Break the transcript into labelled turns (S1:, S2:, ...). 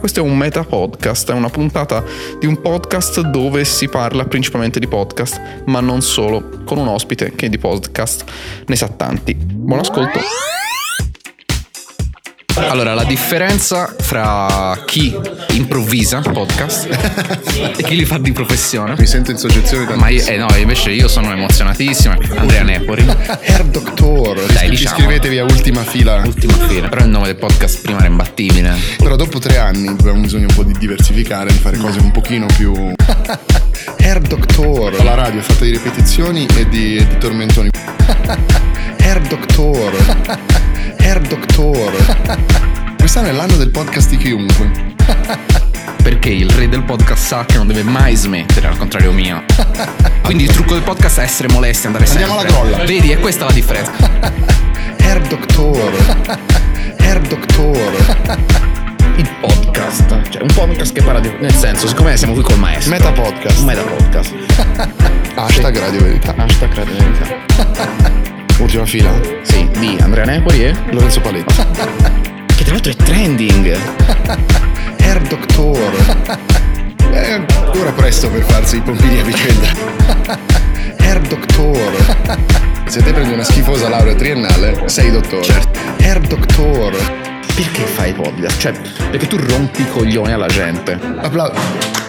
S1: Questo è un meta podcast, è una puntata di un podcast dove si parla principalmente di podcast, ma non solo, con un ospite che di podcast ne sa tanti. Buon ascolto. Allora, la differenza fra chi improvvisa podcast e chi li fa di professione.
S2: Mi sento in soggezione da
S1: Ma io, eh no, invece io sono emozionatissimo. Andrea Nepori,
S2: Air Doctor.
S1: Dai,
S2: Ci
S1: diciamo.
S2: scrivetevi a ultima fila.
S1: ultima fila. Però il nome del podcast prima era imbattibile.
S2: Però dopo tre anni abbiamo bisogno un po' di diversificare, di fare cose un pochino più. Air Doctor. La radio è fatta di ripetizioni e di, di tormentoni. Air Doctor. Air Doctor. Quest'anno è l'anno del podcast di chiunque.
S1: Perché il re del podcast sa che non deve mai smettere, al contrario mio. Quindi il trucco del podcast è essere molesti, andare
S2: Andiamo
S1: sempre.
S2: alla grolla.
S1: Vedi, è questa la differenza.
S2: Air Doctor. Air Doctor.
S1: Il podcast, cioè un podcast che parla di... Nel senso, siccome siamo qui col maestro.
S2: Meta Podcast.
S1: Meta podcast.
S2: Hashtag Radio Verità.
S1: Hashtag Radio Verità.
S2: Ultima fila.
S1: Sì, di Andrea Nepoli e...
S2: Lorenzo Paletti.
S1: Che tra l'altro è trending.
S2: Air Doctor. È ancora presto per farsi i pompini a vicenda. Air Doctor. Se te prendi una schifosa laurea triennale, sei dottore.
S1: Certo.
S2: Air Doctor.
S1: Perché fai podcast? Cioè, perché tu rompi i coglioni alla gente.
S2: Applauso.